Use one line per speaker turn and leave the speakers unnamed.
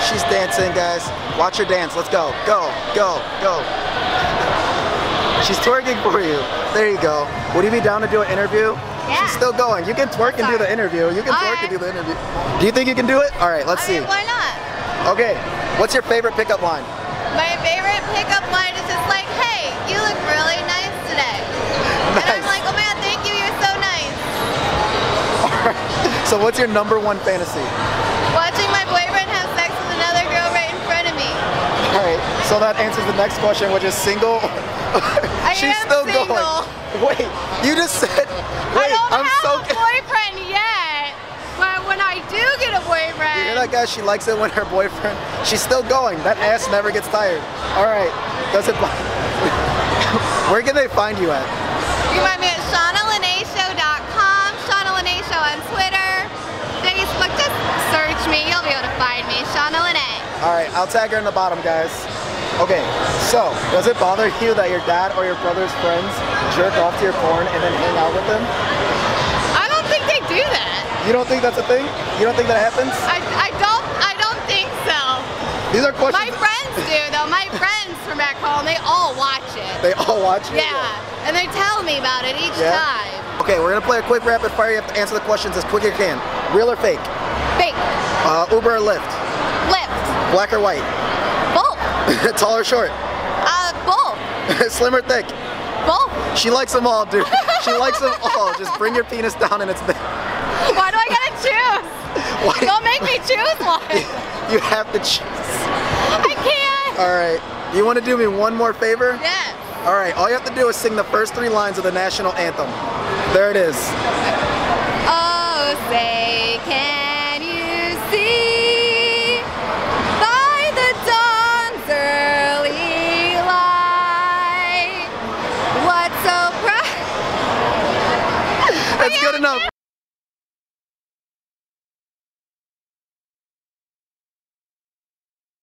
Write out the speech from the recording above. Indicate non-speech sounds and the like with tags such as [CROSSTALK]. she's dancing, guys. Watch her dance. Let's go. Go, go, go. She's twerking for you. There you go. Would you be down to do an interview?
Yeah.
She's still going. You can twerk and do
Sorry.
the interview. You can
All
twerk
right.
and do the interview. Do you think you can do it? All right, let's
I
see.
mean, why not?
Okay. What's your favorite pickup line?
My favorite pickup line is just like, hey, you look really nice today. And I'm
Nice.
like, oh man, thank you, you're so nice.
So what's your number one fantasy?
Watching my boyfriend have sex with another girl right in front of me.
All right. So that answers the next question, which is single.
I
She's
am
still
single.
going. Wait, you just said.
I
Wait,
don't
am
have
so.
a boyfriend yet, but when I do get a boyfriend,
You're like, guys, she likes it when her boyfriend. She's still going. That ass never gets tired. All right. Does it? [LAUGHS] Where can they find you at?
You
"Oh."
find me at ShaunaLenaShow.com, Shauna Lene Show on Twitter, Facebook. Just search me. You'll be able to find me, Shauna Lene.
All right, I'll tag her in the bottom, guys. Okay, so does it bother you that your dad or your brother's friends jerk off to your porn and then hang out with them?
I don't think they do that.
You don't think that's a thing? You don't think that happens?
I, I don't I don't think so.
These are questions.
My friends do though. My friends from back home, they all watch it.
[LAUGHS] They all watch you.
Yeah, and they tell me about it each
Yeah?
time.
Okay, we're gonna play a quick rapid fire. You have to answer the questions as quick as you can. Real or fake?
Fake,
Uh, Uber or Lyft?
lift,
Black or white? [LAUGHS]
both,
Tall or short? [LAUGHS]
uh, both,
Slim or thick?
both.
She likes them all, dude. She likes them all. Just bring your penis down and it's there.
Why do I gotta choose?
[LAUGHS]
Don't
Why?
make me choose one.
You have to choose.
I can't.
All right. You want to do me one more favor?
Yes.
All right. All you have to do is sing the first three lines of the national anthem. There it is.
Oh, say, can you see by the dawn's early light what so proud?
That's good enough.